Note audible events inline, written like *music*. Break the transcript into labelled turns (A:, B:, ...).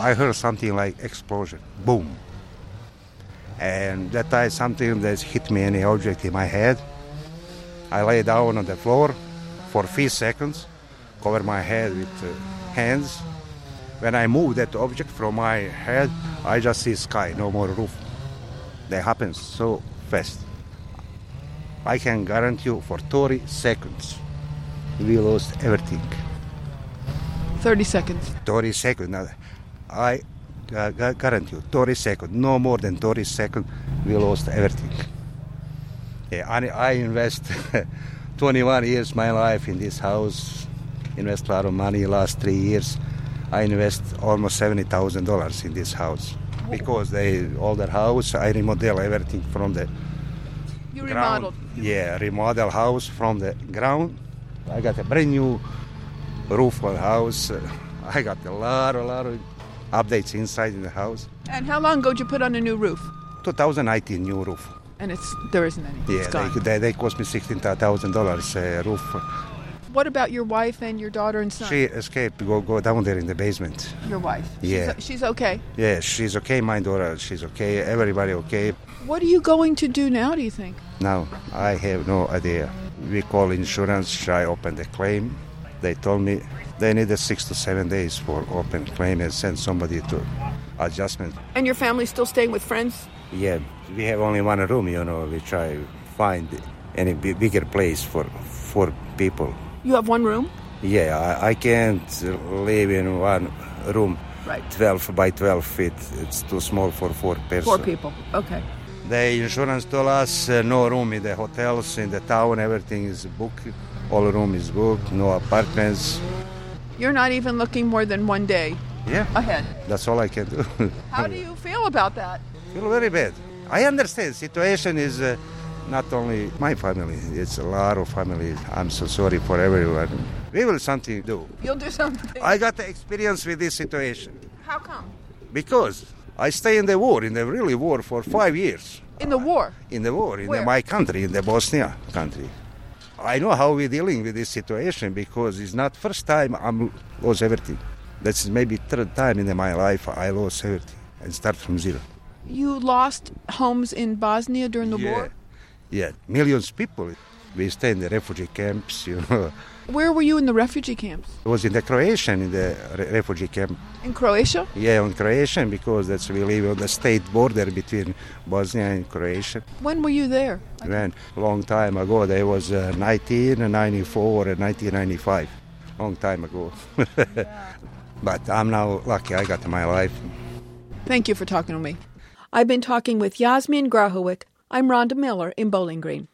A: I heard something like explosion, boom. And that time something that hit me any object in my head. I lay down on the floor for few seconds, cover my head with uh, hands. When I move that object from my head, I just see sky, no more roof. That happens so fast. I can guarantee you for 30 seconds, we lost everything.
B: 30 seconds.
A: 30 seconds. Now, I uh, gu- guarantee you, 30 seconds, no more than 30 seconds, we lost everything. Yeah, I, I invest *laughs* 21 years my life in this house, invest a lot of money last three years. I invest almost $70,000 in this house because they older house, I remodel everything from the
B: You
A: ground.
B: remodeled.
A: Yeah, remodel house from the ground. I got a brand new roof on house. I got a lot, a lot of updates inside in the house.
B: And how long ago did you put on a new roof?
A: 2019 new roof.
B: And it's there isn't any.
A: Yeah,
B: it's gone.
A: they, they, they cost me sixteen thousand dollars uh, roof.
B: What about your wife and your daughter and son?
A: She escaped. Go go down there in the basement.
B: your wife.
A: Yeah.
B: She's, she's okay.
A: Yeah, she's okay. My daughter, she's okay. Everybody okay.
B: What are you going to do now? Do you think?
A: Now I have no idea. We call insurance. I open the claim. They told me they needed six to seven days for open claim and send somebody to adjustment.
B: And your family's still staying with friends?
A: Yeah, we have only one room. You know, we try find any bi- bigger place for for people.
B: You have one room?
A: Yeah, I, I can't live in one room.
B: Right.
A: 12 by 12 feet. It's too small for four persons.
B: Four people. Okay.
A: The insurance told us uh, no room in the hotels, in the town, everything is booked. All room is booked, no apartments.
B: You're not even looking more than one day
A: Yeah,
B: ahead.
A: that's all I can do. *laughs*
B: How do you feel about that?
A: Feel very bad. I understand situation is uh, not only my family, it's a lot of families. I'm so sorry for everyone. We will something do.
B: You'll do something.
A: I got the experience with this situation.
B: How come?
A: because I stay in the war, in the really war, for five years.
B: In the war.
A: In the war, in the-
B: Where?
A: my country, in the Bosnia country. I know how we're dealing with this situation because it's not first time I'm lost everything. That's maybe third time in my life I lost everything and start from zero.
B: You lost homes in Bosnia during the war?
A: Yeah, millions people. We stay in the refugee camps, you know. *laughs*
B: Where were you in the refugee camps?
A: I was in the Croatian, in the re- refugee camp.
B: In Croatia?
A: Yeah, on Croatian because that's we live on the state border between Bosnia and Croatia.
B: When were you there?
A: When long time ago, they was uh, 1994 and 1995, long time ago. *laughs* But I'm now lucky. I got my life.
B: Thank you for talking to me. I've been talking with Yasmin Grahowick. I'm Rhonda Miller in Bowling Green.